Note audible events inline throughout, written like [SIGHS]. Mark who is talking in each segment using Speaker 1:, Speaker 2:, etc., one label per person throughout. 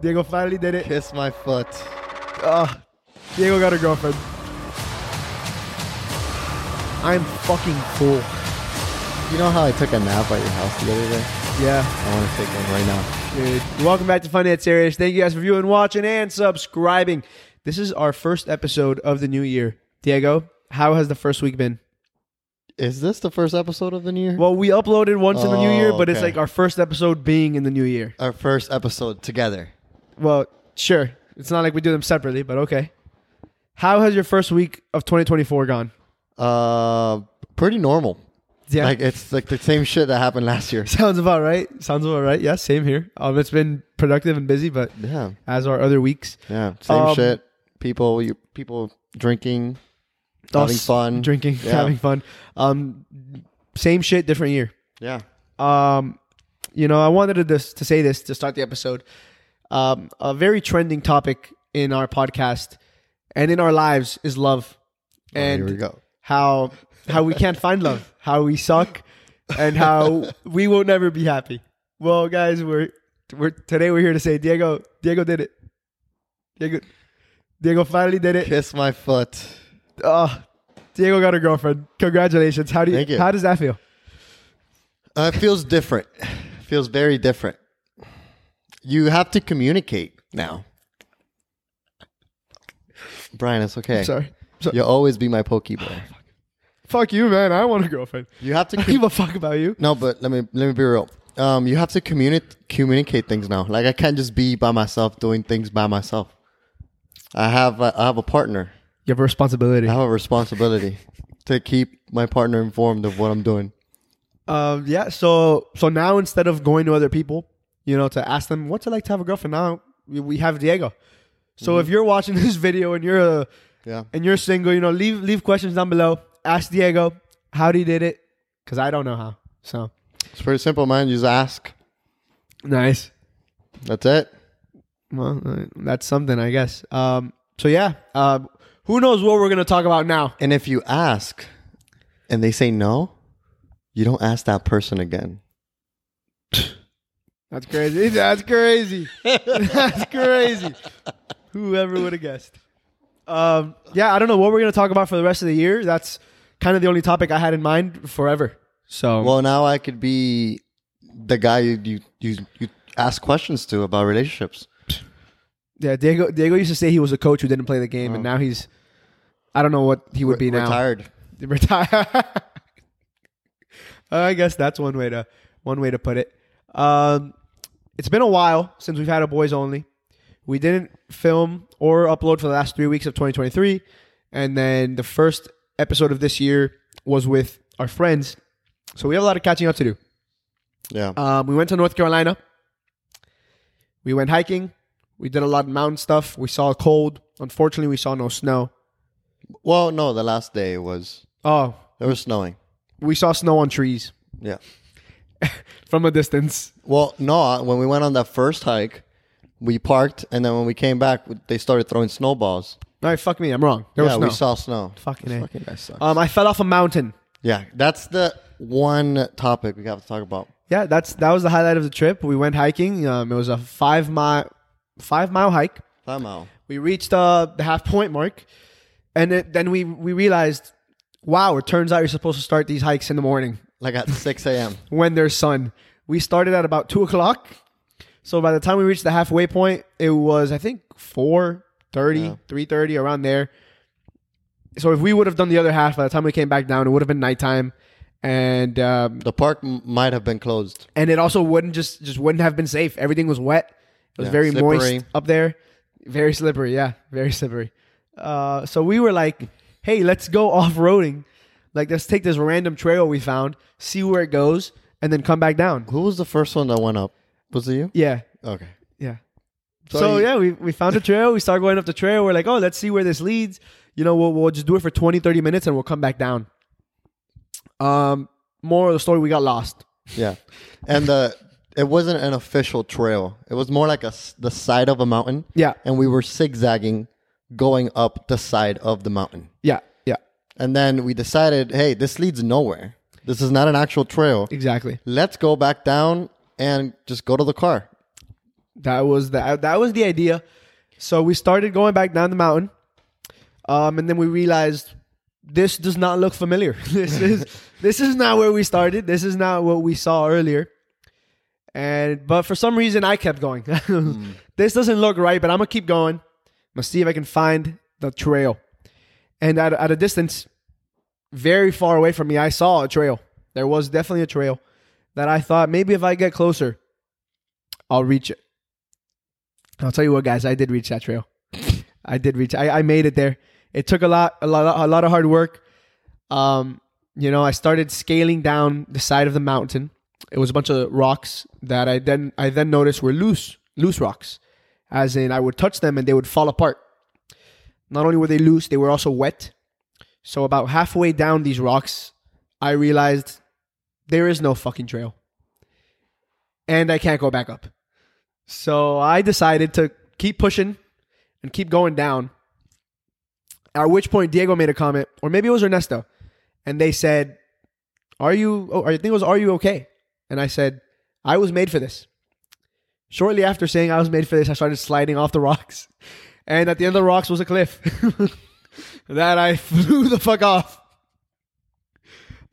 Speaker 1: Diego finally did it.
Speaker 2: Kiss my foot. Ah.
Speaker 1: Ugh. Diego got a girlfriend.
Speaker 2: I'm fucking full. You know how I took a nap at your house the other day?
Speaker 1: Yeah.
Speaker 2: I want to take one right now.
Speaker 1: Dude, welcome back to Finance Serious. Thank you guys for viewing, watching, and subscribing. This is our first episode of the new year. Diego, how has the first week been?
Speaker 2: Is this the first episode of the new year?
Speaker 1: Well, we uploaded once in the new
Speaker 2: Oh,
Speaker 1: year, but it's
Speaker 2: okay.
Speaker 1: like our first episode being in the new year.
Speaker 2: Our first episode together.
Speaker 1: Well, sure. It's not like we do them separately, but okay. How has your first week of 2024 gone?
Speaker 2: Uh, pretty normal.
Speaker 1: Yeah.
Speaker 2: Like it's like the same shit that happened last year.
Speaker 1: Sounds about right. Sounds about right. Yeah, same here. Um, it's been productive and busy, but
Speaker 2: Yeah,
Speaker 1: as are other weeks.
Speaker 2: yeah, same
Speaker 1: Um,
Speaker 2: shit. People, you people drinking, having
Speaker 1: Us
Speaker 2: fun,
Speaker 1: drinking, [LAUGHS]
Speaker 2: Yeah.
Speaker 1: having fun. Um, same shit, different year.
Speaker 2: Yeah,
Speaker 1: Um, you know, I wanted to this, to say this to start the episode. Um, a very trending topic in our podcast and in our lives is love,
Speaker 2: Oh,
Speaker 1: and
Speaker 2: here we go.
Speaker 1: how how we can't find love, how we suck, and how we will never be happy. Well, guys, we're we're today we're here to say Diego Diego did it. Diego Diego finally did it.
Speaker 2: Kiss my foot.
Speaker 1: Oh, Diego got a girlfriend. Congratulations. How do you,
Speaker 2: Thank you.
Speaker 1: how does that feel?
Speaker 2: Uh, it feels different. [SIGHS] feels very different. You have to communicate now. Brian, it's okay.
Speaker 1: Sorry. So-
Speaker 2: You'll always be my pokeboy.
Speaker 1: [SIGHS] Fuck you, man. I want a girlfriend.
Speaker 2: You have to
Speaker 1: [LAUGHS] I don't give a fuck about you.
Speaker 2: No, but let me let me be real. Um, you have to communi- communicate things now. Like I can't just be by myself doing things by myself. I have a, I have a partner.
Speaker 1: You have a responsibility.
Speaker 2: I have a responsibility to keep my partner informed of what I'm doing.
Speaker 1: Um, yeah. So so now instead of going to other people, you know, to ask them what's it like to have a girlfriend, now we, we have Diego. So if you're watching [LAUGHS] this video and you're uh,
Speaker 2: Yeah.
Speaker 1: and you're single, you know, leave leave questions down below. Ask Diego how he did it, because I don't know how. So
Speaker 2: It's pretty simple, man. You just ask.
Speaker 1: nice.
Speaker 2: That's it.
Speaker 1: Well, uh, that's something, I guess. Um, so yeah. Uh, who knows what we're gonna talk about now?
Speaker 2: And if you ask and they say no, you don't ask that person again.
Speaker 1: That's crazy. [LAUGHS] That's crazy. That's crazy. Whoever would have guessed. Um, yeah, I don't know what we're going to talk about for the rest of the year. That's kind of the only topic I had in mind forever. So,
Speaker 2: Well, now I could be the guy you you you, you ask questions to about relationships.
Speaker 1: yeah, Diego Diego used to say he was a coach who didn't play the game, and now he's I don't know what he would be now.
Speaker 2: Retired.
Speaker 1: [LAUGHS] Retire. Uh, I guess that's one way to one way to put it. Um, it's been a while since we've had a boys only. We didn't film or upload for the last three weeks of 2023, and then the first episode of this year was with our friends. So we have a lot of catching up to do.
Speaker 2: Yeah.
Speaker 1: Um, we went to North Carolina. We went hiking. We did a lot of mountain stuff. We saw cold. Unfortunately, we saw no snow.
Speaker 2: Well, no, the last day was
Speaker 1: Oh,
Speaker 2: it was snowing.
Speaker 1: we saw snow on trees.
Speaker 2: Yeah.
Speaker 1: from a distance.
Speaker 2: Well, no, uh, when we went on that first hike, we parked, and then when we came back, they started throwing snowballs.
Speaker 1: All right, fuck me, I'm wrong. There
Speaker 2: yeah,
Speaker 1: was no.
Speaker 2: we saw snow.
Speaker 1: Fucking A.
Speaker 2: Fucking guy sucks.
Speaker 1: um, I fell off a mountain.
Speaker 2: yeah, that's the one topic we have to talk about.
Speaker 1: Yeah, that's that was the highlight of the trip. We went hiking. Um, it was a five mile, five mile hike.
Speaker 2: Somehow.
Speaker 1: We reached uh, the half point mark, and it, then we we realized, wow! It turns out you're supposed to start these hikes in the morning
Speaker 2: Like at 6 a.m.
Speaker 1: when there's sun. We started at about two o'clock, so by the time we reached the halfway point, it was I think four thirty,
Speaker 2: Yeah.
Speaker 1: three thirty, around there. So if we would have done the other half by the time we came back down, it would have been nighttime, and um,
Speaker 2: The park m- might have been closed.
Speaker 1: and it also wouldn't just just wouldn't have been safe. Everything was wet. It was
Speaker 2: Yeah,
Speaker 1: very moist
Speaker 2: slippery.
Speaker 1: up there, very slippery. Yeah, very slippery. Uh, so we were like, "Hey, let's go [LAUGHS] off roading. Like, let's take this random trail we found, see where it goes, and then come back down."
Speaker 2: Who was the first one that went up? Was it you?
Speaker 1: Yeah,
Speaker 2: Okay.
Speaker 1: yeah. So,
Speaker 2: So you-
Speaker 1: yeah, we, we found a trail. We start going up the trail. We're like, "Oh, let's see where this leads." You know, we'll we'll just do it for 20, 30 minutes, and we'll come back down. Um, more of the story, we got lost.
Speaker 2: Yeah. And the it wasn't an official trail. It was more like a s the side of a mountain.
Speaker 1: Yeah,
Speaker 2: And we were zigzagging going up the side of the mountain.
Speaker 1: yeah, yeah.
Speaker 2: And then we decided, hey, this leads nowhere. This is not an actual trail.
Speaker 1: Exactly.
Speaker 2: Let's go back down and just go to the car.
Speaker 1: That was the that was the idea. So we started going back down the mountain, um, and then we realized this does not look familiar. [LAUGHS] this is this is not where we started. This is not what we saw earlier. And but for some reason I kept going. [LAUGHS] This doesn't look right, but I'm gonna keep going. I'm gonna see if I can find the trail. And at, at a distance, very far away from me, I saw a trail. There was definitely a trail that I thought maybe if I get closer, I'll reach it. I'll tell you what, guys, I did reach that trail. I did reach. I, I made it there. It took a lot, a lot, a lot of hard work. Um, you know, I started scaling down the side of the mountain. It was a bunch of rocks that I then I then noticed were loose, loose rocks, as in I would touch them and they would fall apart. Not only were they loose, they were also wet. So about halfway down these rocks, I realized there is no fucking trail, and I can't go back up. So I decided to keep pushing and keep going down. At which point Diego made a comment, or maybe it was Ernesto, and they said, "Are you? Oh, I think it was, are you okay?" And I said, "I was made for this." Shortly after saying I was made for this, I started sliding off the rocks, [LAUGHS] and at the end of the rocks was a cliff [LAUGHS] that I flew the fuck off.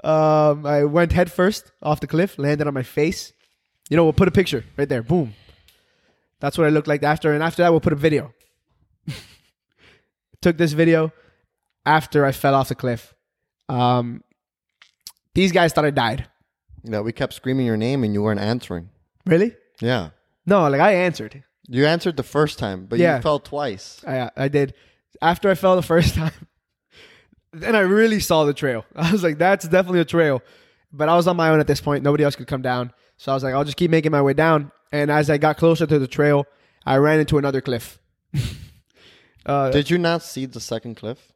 Speaker 1: Um, I went head first off the cliff, landed on my face. You know, we'll put a picture right there. Boom. That's what I looked like after, and after that, we'll put a video. [LAUGHS] Took this video after I fell off the cliff. Um, these guys thought I died.
Speaker 2: You know, we kept screaming your name and you weren't answering.
Speaker 1: Really?
Speaker 2: Yeah.
Speaker 1: No, like I answered.
Speaker 2: You answered the first time, but
Speaker 1: Yeah.
Speaker 2: you fell twice.
Speaker 1: I I did. After I fell the first [LAUGHS] time, then I really saw the trail. [LAUGHS] I was like, that's definitely a trail. But I was on my own at this point. Nobody else could come down. So I was like, I'll just keep making my way down. And as I got closer to the trail, I ran into another cliff. [LAUGHS] uh,
Speaker 2: Did you not see the second cliff?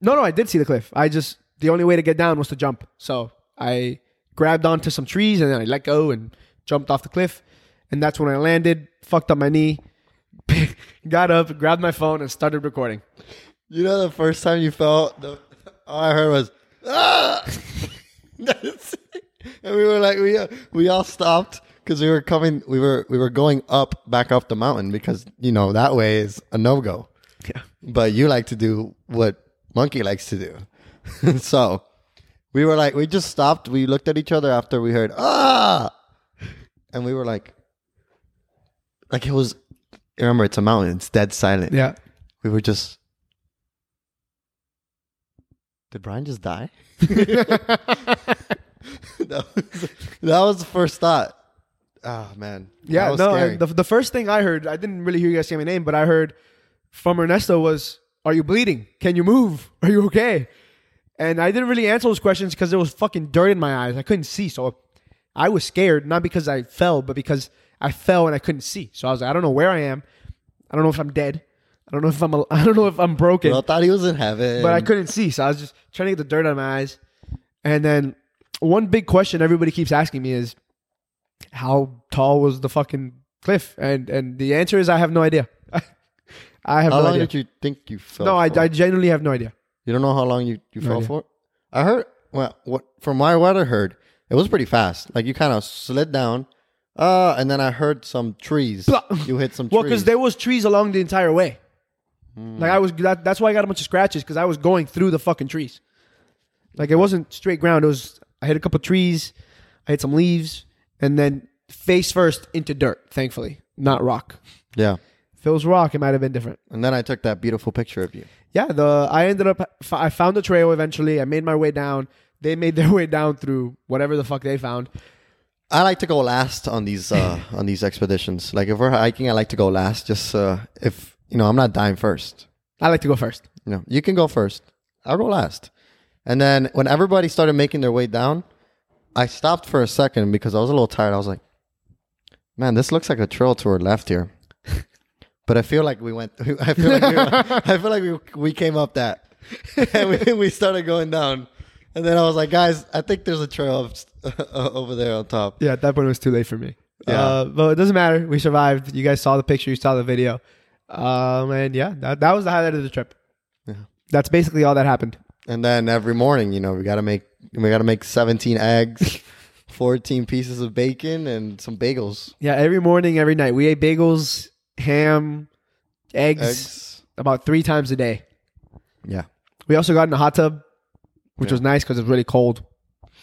Speaker 1: no, no, I did see the cliff. I just the only way to get down was to jump. So I grabbed onto some trees and then I let go and jumped off the cliff. And that's when I landed, fucked up my knee, [LAUGHS] got up, grabbed my phone, and started recording.
Speaker 2: You know, the first time you fell, the, all I heard was, ah! [LAUGHS] That's it. and we were like, we, we all stopped because we were coming, we were, we were going up, back up the mountain because, you know, that way is a no go.
Speaker 1: Yeah.
Speaker 2: But you like to do what Monkey likes to do. [LAUGHS] so we were like, we just stopped. We looked at each other after we heard, ah! And we were like, like it was, remember, it's a mountain. It's dead silent.
Speaker 1: Yeah.
Speaker 2: We were just. Did Brian
Speaker 1: [LAUGHS]
Speaker 2: just die? [LAUGHS] that, was, that was the first thought. Oh, man.
Speaker 1: Yeah,
Speaker 2: that was
Speaker 1: no.
Speaker 2: scary.
Speaker 1: and The, the first thing I heard, I didn't really hear you guys say my name, but I heard from Ernesto was, "Are you bleeding? Can you move? [LAUGHS] Are you okay?" And I didn't really answer those questions because there was fucking dirt in my eyes. I couldn't see, so I was scared. Not because I fell, but because I fell and I couldn't see. So I was like, I don't know where I am. I don't know if I'm dead. I don't know if I'm. al- [LAUGHS] I don't know if I'm broken
Speaker 2: Well, I thought he was in heaven.
Speaker 1: but I couldn't see, so I was just trying to get the dirt out of my eyes. And then one big question everybody keeps asking me is, how tall was the fucking cliff? And and the answer is I have no idea. [LAUGHS] I have
Speaker 2: How
Speaker 1: no
Speaker 2: long
Speaker 1: idea.
Speaker 2: did you think you fell?
Speaker 1: no, I,
Speaker 2: for?
Speaker 1: I genuinely have no idea.
Speaker 2: You don't know how long you, you fell
Speaker 1: idea.
Speaker 2: for? I heard, well, what from my what I heard, it was pretty fast. Like you kind of slid down, uh, and then I heard some trees.
Speaker 1: Blah.
Speaker 2: you hit some trees. Hmm.
Speaker 1: Well, because there was trees along the entire way. Like I was, that, that's why I got a bunch of scratches because I was going through the fucking trees. Like it wasn't straight ground. It was I hit a couple trees, I hit some leaves, and then face first into dirt. Thankfully, not rock.
Speaker 2: yeah.
Speaker 1: If it was rock, it might have been different.
Speaker 2: And then I took that beautiful picture of you.
Speaker 1: yeah, the I ended up f- I found the trail eventually. I made my way down. They made [LAUGHS] their way down through whatever the fuck they found.
Speaker 2: I like to go last on these uh, on these expeditions. Like if we're hiking, I like to go last. Just uh, if you know, I'm not dying first.
Speaker 1: I like to go first.
Speaker 2: You know, you can go first. I'll go last. And then when everybody started making their way down, I stopped for a second because I was a little tired. I was like, "Man, this looks like a trail to our left here." [LAUGHS] but I feel like we went. [LAUGHS] I feel like we, I feel like we, we came up that, [LAUGHS] and we, we started going down. And then I was like, "Guys, I think there's a trail up, uh, over there on top."
Speaker 1: Yeah, at that point it was too late for me.
Speaker 2: Yeah.
Speaker 1: Uh, but it doesn't matter. We survived. You guys saw the picture. You saw the video. Um, and yeah, that, that was the highlight of the trip.
Speaker 2: Yeah.
Speaker 1: That's basically all that happened. [LAUGHS]
Speaker 2: and then every morning, you know, we gotta make we gotta make seventeen eggs 14 pieces of bacon and some bagels.
Speaker 1: Yeah, every morning, every night, we ate bagels, ham, eggs,
Speaker 2: Eggs.
Speaker 1: about three times a day.
Speaker 2: Yeah.
Speaker 1: We also got in a hot tub, which
Speaker 2: Yeah.
Speaker 1: was nice because it was really cold.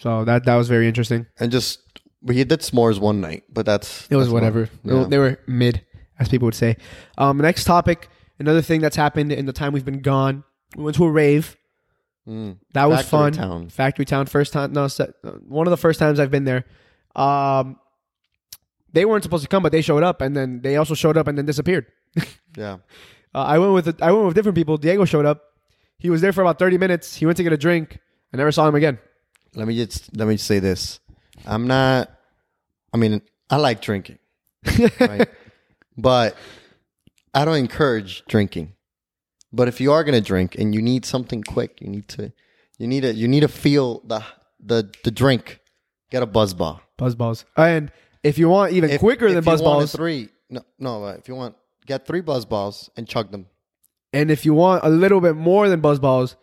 Speaker 1: So that that was very interesting.
Speaker 2: And just, we did s'mores one night, but that's.
Speaker 1: It was
Speaker 2: that's
Speaker 1: whatever.
Speaker 2: not- yeah.
Speaker 1: They were mid, as people would say. Um, next topic. Another thing that's happened in the time we've been gone. We went to a rave.
Speaker 2: Mm.
Speaker 1: That was
Speaker 2: Factory
Speaker 1: fun.
Speaker 2: Town.
Speaker 1: Factory Town. First time. No, se- one of the first times I've been there. Um, they weren't supposed to come, but they showed up, and then they also showed up and then disappeared.
Speaker 2: Yeah.
Speaker 1: Uh, I went with I went with different people. Diego showed up. He was there for about thirty minutes. He went to get a drink. I never saw him again.
Speaker 2: Let me just, let me just say this. I'm not, I mean, I
Speaker 1: [LAUGHS]
Speaker 2: like drinking, right? but I don't encourage drinking. But if you are going to drink and you need something quick, you need to, you need to, you need to feel the, the, the drink. Get a buzz bar.
Speaker 1: Buzzballs. And if you want even
Speaker 2: If-
Speaker 1: quicker
Speaker 2: if
Speaker 1: than
Speaker 2: you wanted
Speaker 1: buzzballs,
Speaker 2: Three. No, no. uh, If you want, get three buzz balls and chug them.
Speaker 1: and if you want a little bit more than buzzballs,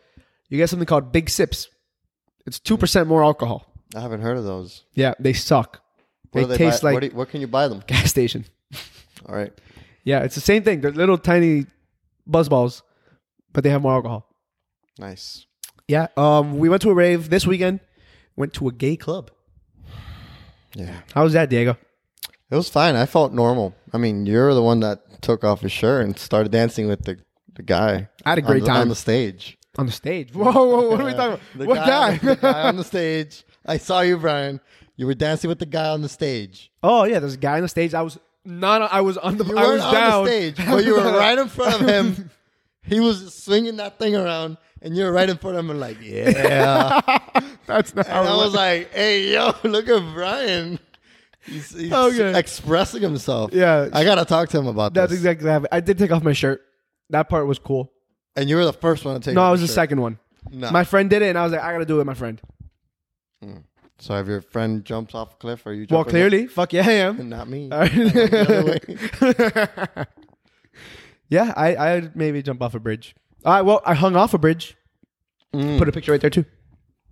Speaker 1: you get something called big sips. It's two percent more alcohol.
Speaker 2: I haven't heard of those.
Speaker 1: Yeah, they suck. They,
Speaker 2: Where do
Speaker 1: taste
Speaker 2: buy-
Speaker 1: like
Speaker 2: Where, do you- where can you buy them?
Speaker 1: gas station.
Speaker 2: All right.
Speaker 1: Yeah, it's the same thing. They're little tiny buzzballs, but they have more alcohol.
Speaker 2: Nice.
Speaker 1: Yeah. Um, we went to a rave this weekend. Went to a gay club.
Speaker 2: Yeah.
Speaker 1: How was that, Diego?
Speaker 2: It was fine. I felt normal. I mean, you're the one that took off his shirt and started dancing with the, the guy.
Speaker 1: I had a
Speaker 2: on
Speaker 1: great
Speaker 2: the-
Speaker 1: time.
Speaker 2: on the stage.
Speaker 1: On the stage. [LAUGHS] Whoa, whoa, what are we talking
Speaker 2: The
Speaker 1: about? What guy? [LAUGHS]
Speaker 2: the guy on the stage. I saw you, Brian. You were dancing with the guy on the stage.
Speaker 1: oh yeah, there's a guy on the stage. I was not. I was on the.
Speaker 2: You
Speaker 1: I
Speaker 2: weren't
Speaker 1: was
Speaker 2: on
Speaker 1: down.
Speaker 2: the stage,
Speaker 1: [LAUGHS]
Speaker 2: but you were right in front of him. He was just swinging that thing around, and you were right in front of him, and like, yeah.
Speaker 1: [LAUGHS] That's not how
Speaker 2: And I
Speaker 1: it
Speaker 2: was
Speaker 1: was.
Speaker 2: like, "Hey, yo, [LAUGHS] look at Brian. He's, he's
Speaker 1: Oh, Okay.
Speaker 2: expressing himself.
Speaker 1: Yeah.
Speaker 2: I gotta talk to him about
Speaker 1: That's
Speaker 2: this."
Speaker 1: exactly how it- I did take off my shirt. That part was cool.
Speaker 2: and you were the first one to take.
Speaker 1: No,
Speaker 2: off
Speaker 1: I was
Speaker 2: your
Speaker 1: the
Speaker 2: shirt.
Speaker 1: second one.
Speaker 2: No.
Speaker 1: My friend did it, and I was like, I gotta do it, with my friend.
Speaker 2: so if your friend jumps off a cliff, are you?
Speaker 1: Well,
Speaker 2: jumping off-
Speaker 1: clearly, fuck yeah, I am.
Speaker 2: [LAUGHS] not me.
Speaker 1: [LAUGHS] All right.
Speaker 2: I
Speaker 1: [LAUGHS]
Speaker 2: went [LAUGHS] the other way.
Speaker 1: yeah, I I'd maybe jump off a bridge. All right, well, I hung off a bridge.
Speaker 2: Mm.
Speaker 1: Put a picture right there too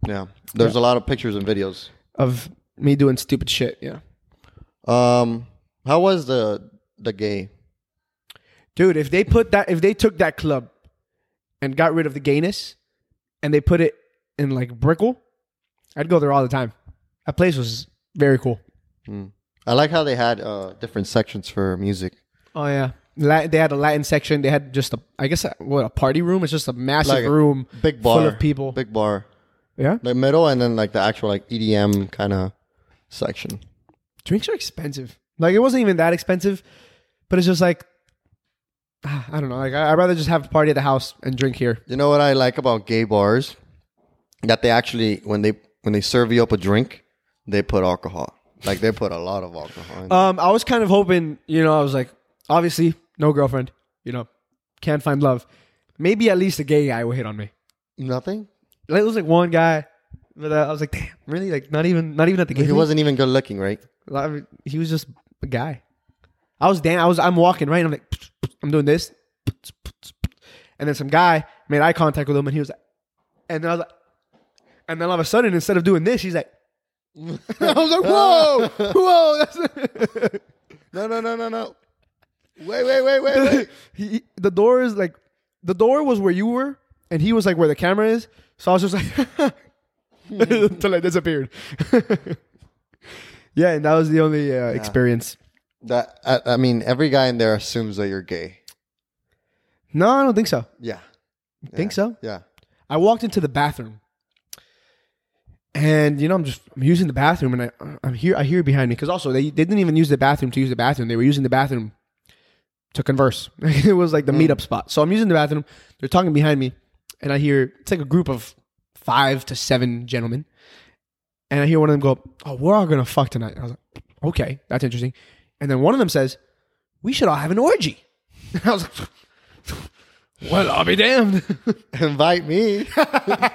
Speaker 2: Yeah, there's a lot of pictures and videos.
Speaker 1: of me doing stupid shit. Yeah,
Speaker 2: Um, how was the the gay?
Speaker 1: dude. If they put that, if they took that club and got rid of the gayness, and they put it in like Brickle, I'd go there all the time. That place was very cool.
Speaker 2: I like how they had uh different sections for music.
Speaker 1: Oh yeah, Latin, they had a Latin section. They had just a, I guess, a, what a party room. It's just a massive
Speaker 2: Like a
Speaker 1: room,
Speaker 2: Big bar
Speaker 1: full of people.
Speaker 2: Big bar.
Speaker 1: yeah,
Speaker 2: The middle, and then like the actual like E EDM kind of section.
Speaker 1: drinks are expensive. Like it wasn't even that expensive, but it's just like ah, I don't know. Like I, I'd rather just have a party at the house and drink here.
Speaker 2: You know what I like about gay bars? That they actually when they when they serve you up a drink, they put alcohol. Like they put a lot of alcohol. In.
Speaker 1: Um, I was kind of hoping, you know, I was like, obviously, no girlfriend, you know, can't find love. Maybe at least a gay guy will hit on me.
Speaker 2: Nothing.
Speaker 1: Like, it was like one guy, but uh, I was like, damn, really? Like not even, not even at the gay.
Speaker 2: He
Speaker 1: meet?
Speaker 2: wasn't even good looking, [LAUGHS] right?
Speaker 1: Like, I mean, he was just a guy. I was dan I was. I'm walking right. and I'm like, I'm doing this, and then some guy made eye contact with him, and he was like, and then I was like, and then all of a sudden, instead of doing this, he's like, [LAUGHS] I was like,
Speaker 2: [LAUGHS]
Speaker 1: whoa, whoa. [LAUGHS] That's
Speaker 2: No, no, no, no, no. Wait, wait, wait, wait, wait.
Speaker 1: he, the door is like, the door was where you were, and he was like where the camera is. So I was just like, [LAUGHS] until I disappeared. [LAUGHS] yeah, and that was the only uh, experience.
Speaker 2: [LAUGHS] That I, I mean, every guy in there assumes that you're gay.
Speaker 1: No, I don't think so.
Speaker 2: Yeah.
Speaker 1: Think so?
Speaker 2: Yeah.
Speaker 1: I walked into the bathroom, and you know I'm just I'm using the bathroom, and I I'm here I hear behind me because also they, they didn't even use the bathroom to use the bathroom; they were using the bathroom to converse. [LAUGHS] it was like the meetup spot. So I'm using the bathroom. They're talking behind me, and I hear it's like a group of five to seven gentlemen, and I hear one of them go, "Oh, we're all gonna fuck tonight." And I was like, "Okay, that's interesting." And then one of them says, "We should all have an orgy." [LAUGHS] And I was like, "Well, I'll be damned."
Speaker 2: [LAUGHS]
Speaker 1: [LAUGHS]
Speaker 2: Invite me.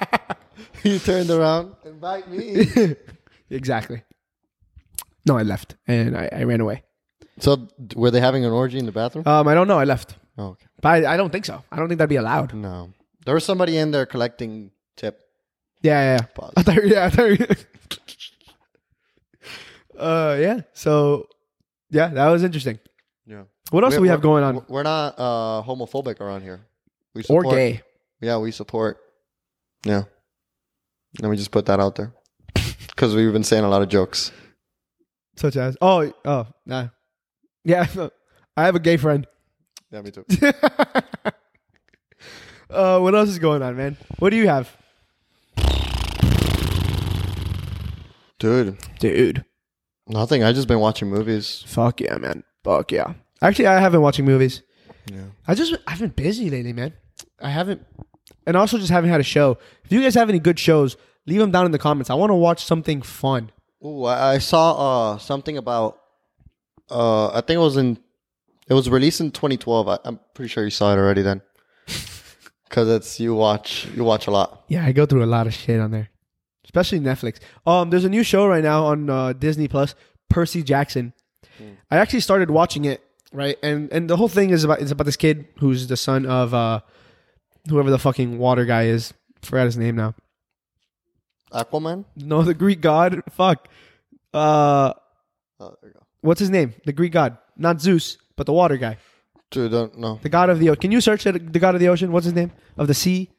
Speaker 2: [LAUGHS] he turned around. Invite [LAUGHS] me.
Speaker 1: Exactly. No, I left and I, I ran away.
Speaker 2: so d- were they having an orgy in the bathroom?
Speaker 1: Um, I don't know. I left,
Speaker 2: oh, okay.
Speaker 1: but I, I don't think so. I don't think that'd be allowed.
Speaker 2: No. There was somebody in there collecting tip.
Speaker 1: [LAUGHS] Yeah, yeah. yeah.
Speaker 2: Pause.
Speaker 1: I thought, yeah, I thought. Uh, yeah. So, yeah, that was interesting.
Speaker 2: Yeah.
Speaker 1: What else
Speaker 2: We're-
Speaker 1: do we have
Speaker 2: we're-
Speaker 1: going on?
Speaker 2: We're not uh, homophobic around here. We
Speaker 1: Or
Speaker 2: support,
Speaker 1: gay?
Speaker 2: Yeah, we support. Yeah. Let me just put that out there. [LAUGHS] Because we've been saying a lot of jokes.
Speaker 1: Such as oh oh nah, yeah. [LAUGHS] I have a gay friend. [LAUGHS]
Speaker 2: Yeah, me too.
Speaker 1: uh, what else is going on, man? What do you have,
Speaker 2: Dude,
Speaker 1: dude?
Speaker 2: nothing. i just been watching movies.
Speaker 1: Fuck yeah, man. Fuck yeah. Actually, I haven't watching movies.
Speaker 2: Yeah.
Speaker 1: I just I've been busy lately, man. I haven't, and also just haven't had a show. If you guys have any good shows, leave them down in the comments. I want to watch something fun.
Speaker 2: Ooh, I, I saw uh, something about. Uh, I think it was in. It was released in 2012. I, I'm pretty sure you saw it already then.
Speaker 1: [LAUGHS]
Speaker 2: Because it's you watch you watch a lot.
Speaker 1: Yeah, I go through a lot of shit on there, especially Netflix. Um, there's a new show right now on uh, Disney Plus, Percy Jackson. I actually started watching it, right, and and the whole thing is about it's about this kid who's the son of uh, whoever the fucking water guy is. Forgot his name now.
Speaker 2: Aquaman.
Speaker 1: No, the Greek god. Fuck. Uh,
Speaker 2: Oh, there you go.
Speaker 1: what's his name? The Greek god, not Zeus, but the water guy,
Speaker 2: Dude, don't know.
Speaker 1: the god of the. o- Can you search it? The god of the ocean. What's his name? Of the sea.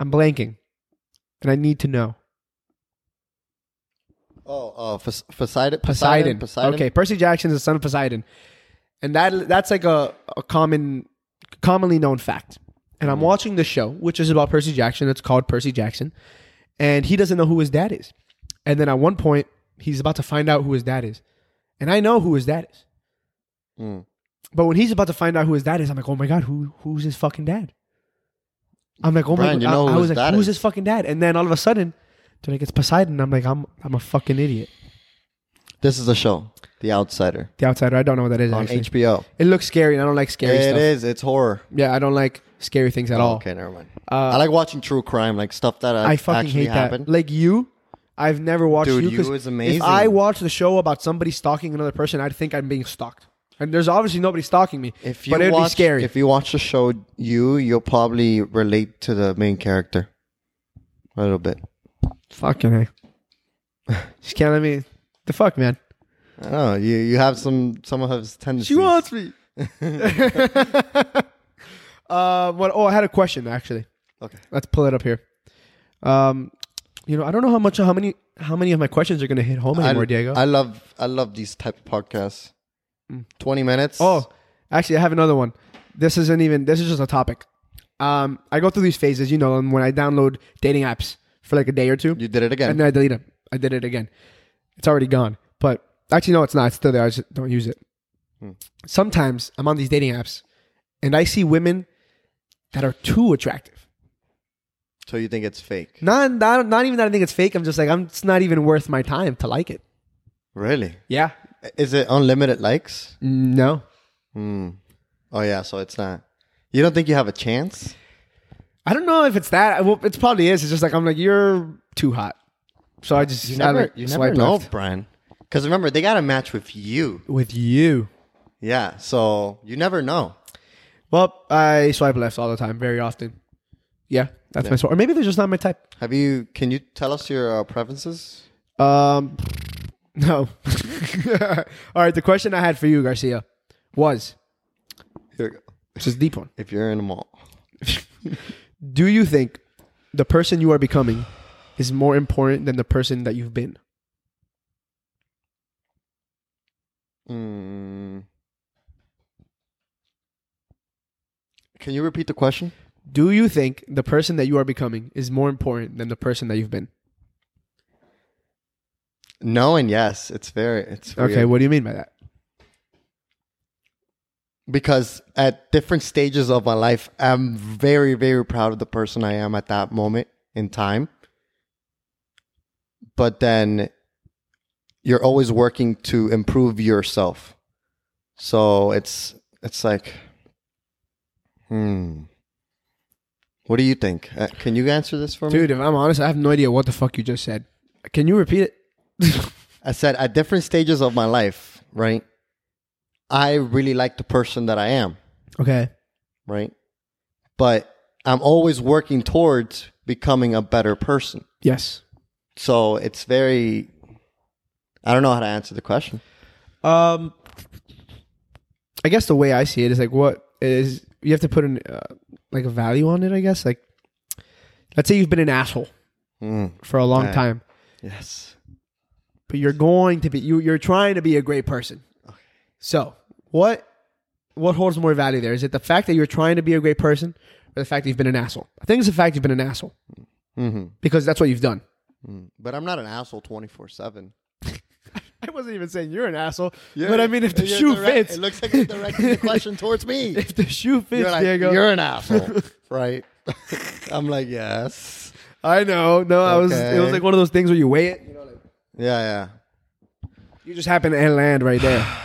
Speaker 1: I'm blanking, and I need to know.
Speaker 2: Oh, uh, Pos- Poseidon,
Speaker 1: Poseidon.
Speaker 2: Poseidon.
Speaker 1: Okay, Percy Jackson is the son of Poseidon, and that that's like a, a common, commonly known fact. And
Speaker 2: Mm-hmm.
Speaker 1: I'm watching the show, which is about Percy Jackson. It's called Percy Jackson, and he doesn't know who his dad is. And then at one point, he's about to find out who his dad is, and I know who his dad is.
Speaker 2: Mm.
Speaker 1: But when he's about to find out who his dad is, I'm like, oh my god, who who's his fucking dad? I'm like, oh
Speaker 2: Brian,
Speaker 1: my
Speaker 2: you
Speaker 1: god,
Speaker 2: know
Speaker 1: I,
Speaker 2: who
Speaker 1: I was
Speaker 2: his
Speaker 1: like,
Speaker 2: dad
Speaker 1: who's
Speaker 2: is.
Speaker 1: his fucking dad? And then all of a sudden, they're like, it's Poseidon. I'm like, I'm I'm a fucking idiot.
Speaker 2: This is the show, The Outsider,
Speaker 1: The outsider, I don't know what that is.
Speaker 2: on
Speaker 1: actually.
Speaker 2: HBO.
Speaker 1: It looks scary, and I don't like
Speaker 2: It
Speaker 1: scary
Speaker 2: is.
Speaker 1: stuff.
Speaker 2: It's horror.
Speaker 1: Yeah, I don't like scary things at all.
Speaker 2: Okay, never mind.
Speaker 1: Uh,
Speaker 2: I like watching true crime, like stuff that
Speaker 1: I fucking
Speaker 2: actually
Speaker 1: hate
Speaker 2: happened.
Speaker 1: that. Like you, I've never watched
Speaker 2: Dude,
Speaker 1: you.
Speaker 2: You
Speaker 1: 'cause
Speaker 2: is amazing.
Speaker 1: If I watched the show about somebody stalking another person, I'd think I'm being stalked. And there's obviously nobody stalking me.
Speaker 2: If you
Speaker 1: but it'd be
Speaker 2: watch,
Speaker 1: scary.
Speaker 2: If you watch the show, you you'll probably relate to the main character a little bit.
Speaker 1: fucking [LAUGHS] hey. She's killing me. The fuck, man.
Speaker 2: I don't know. You you have some some of his tendencies.
Speaker 1: She wants me. [LAUGHS] uh, what? Oh, I had a question actually.
Speaker 2: Okay.
Speaker 1: Let's pull it up here. Um, you know, I don't know how much, how many, how many of my questions are going to hit home
Speaker 2: I,
Speaker 1: anymore, Diego. Mm.
Speaker 2: I love I love these type of podcasts. Twenty minutes.
Speaker 1: Oh, actually, I have another one. This isn't even. This is just a topic. Um, I go through these phases, you know, and when I download dating apps for like a day or two,
Speaker 2: you did it again.
Speaker 1: and then I delete them. I did it again. It's already gone. But actually, no, it's not. It's still there. I just don't use it. Hmm. Sometimes I'm on these dating apps, and I see women that are too attractive.
Speaker 2: so you think it's fake?
Speaker 1: Not, not, not even that I think it's fake. I'm just like I'm. It's not even worth my time to like it.
Speaker 2: Really?
Speaker 1: Yeah.
Speaker 2: Is it unlimited likes?
Speaker 1: Mm. No.
Speaker 2: Hmm. Oh yeah. So it's not. You don't think you have a chance?
Speaker 1: I don't know if it's that. I- Well, it probably is. It's just like I'm like you're too hot, so I just I, like, swipe left.
Speaker 2: Brian. Because remember, they got to match with you.
Speaker 1: with you.
Speaker 2: Yeah. So you never know.
Speaker 1: Well, I swipe left all the time, very often. Yeah, that's my sort. Or maybe they're just not my type.
Speaker 2: Have you? Can you tell us your uh, preferences?
Speaker 1: Um, [LAUGHS] no. [LAUGHS] all right. The question I had for you, Garcia, was
Speaker 2: Here we go.
Speaker 1: this is a deep one.
Speaker 2: If you're in a mall,
Speaker 1: Do you think the person you are becoming is more important than the person that you've been?
Speaker 2: mm. can you repeat the question?
Speaker 1: Do you think the person that you are becoming is more important than the person that you've been?
Speaker 2: No and yes. It's very. It's
Speaker 1: Okay,
Speaker 2: weird.
Speaker 1: what do you mean by that?
Speaker 2: because at different stages of my life, I'm very very proud of the person I am at that moment in time. But then, you're always working to improve yourself. So it's it's like, hmm. What do you think? Uh, can you answer this for me?
Speaker 1: Dude, if I'm honest, I have no idea what the fuck you just said. Can you repeat it?
Speaker 2: I said at different stages of my life, right? I really like the person that I am,
Speaker 1: Okay.
Speaker 2: right? But I'm always working towards becoming a better person.
Speaker 1: Yes.
Speaker 2: So it's very I don't know how to answer the question.
Speaker 1: Um, I guess the way I see it is like what is you have to put an uh, like a value on it. I guess like let's say you've been an asshole
Speaker 2: Mm.
Speaker 1: for a long
Speaker 2: Right.
Speaker 1: time,
Speaker 2: Yes.
Speaker 1: but you're going to be you you're trying to be a great person. So what what holds more value there? Is it the fact that you're trying to be a great person, or the fact that you've been an asshole? I think it's the fact you've been an asshole
Speaker 2: Mm-hmm.
Speaker 1: because that's what you've done.
Speaker 2: But I'm not an asshole 24 7.
Speaker 1: I wasn't even saying you're an asshole, but I mean if the shoe fits,
Speaker 2: It looks like you're directing the question
Speaker 1: [LAUGHS]
Speaker 2: towards me.
Speaker 1: if the shoe fits,
Speaker 2: You're like,
Speaker 1: Diego.
Speaker 2: you're an asshole.
Speaker 1: [LAUGHS]
Speaker 2: right? [LAUGHS] I'm like, yes.
Speaker 1: I know. No, I was. It was
Speaker 2: Okay.
Speaker 1: like one of those things where you weigh it. You, know, like,
Speaker 2: Yeah, yeah.
Speaker 1: you just happen to land right there. [SIGHS]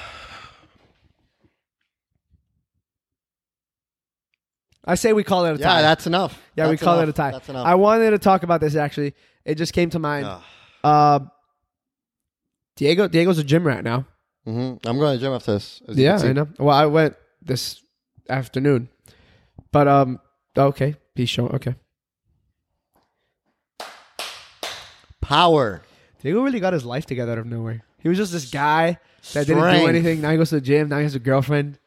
Speaker 1: I say we call it a
Speaker 2: Yeah,
Speaker 1: tie.
Speaker 2: that's enough.
Speaker 1: yeah, we
Speaker 2: That's
Speaker 1: call
Speaker 2: enough.
Speaker 1: it a tie.
Speaker 2: That's enough.
Speaker 1: I wanted to talk about this actually. It just came to mind. Uh, Diego, Diego's a gym rat now.
Speaker 2: hmm I'm going to gym after this. as you
Speaker 1: Yeah,
Speaker 2: can see.
Speaker 1: I know. Well, I went this afternoon, but um, okay, he's showing. Okay,
Speaker 2: Power.
Speaker 1: Diego really got his life together out of nowhere. He was just this guy that didn't do
Speaker 2: Strength.
Speaker 1: anything. Now he goes to the gym. Now he has a girlfriend.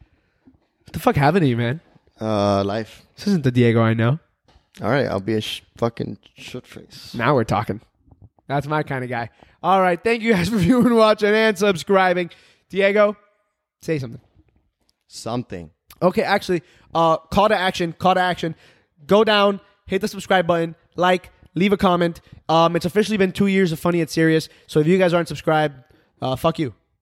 Speaker 1: What the fuck happened to you, man?
Speaker 2: Uh, life.
Speaker 1: This isn't the Diego I know.
Speaker 2: All right, I'll be a sh- fucking shit face.
Speaker 1: Now we're talking. That's my kind of guy. All right. Thank you guys [LAUGHS] for viewing, watching, and subscribing. Diego, say something.
Speaker 2: Something.
Speaker 1: Okay, actually, uh, call to action, call to action. Go down, hit the subscribe button, like, leave a comment. Um, it's officially been two years of Funny It's Serious. So if you guys aren't subscribed, uh, fuck you.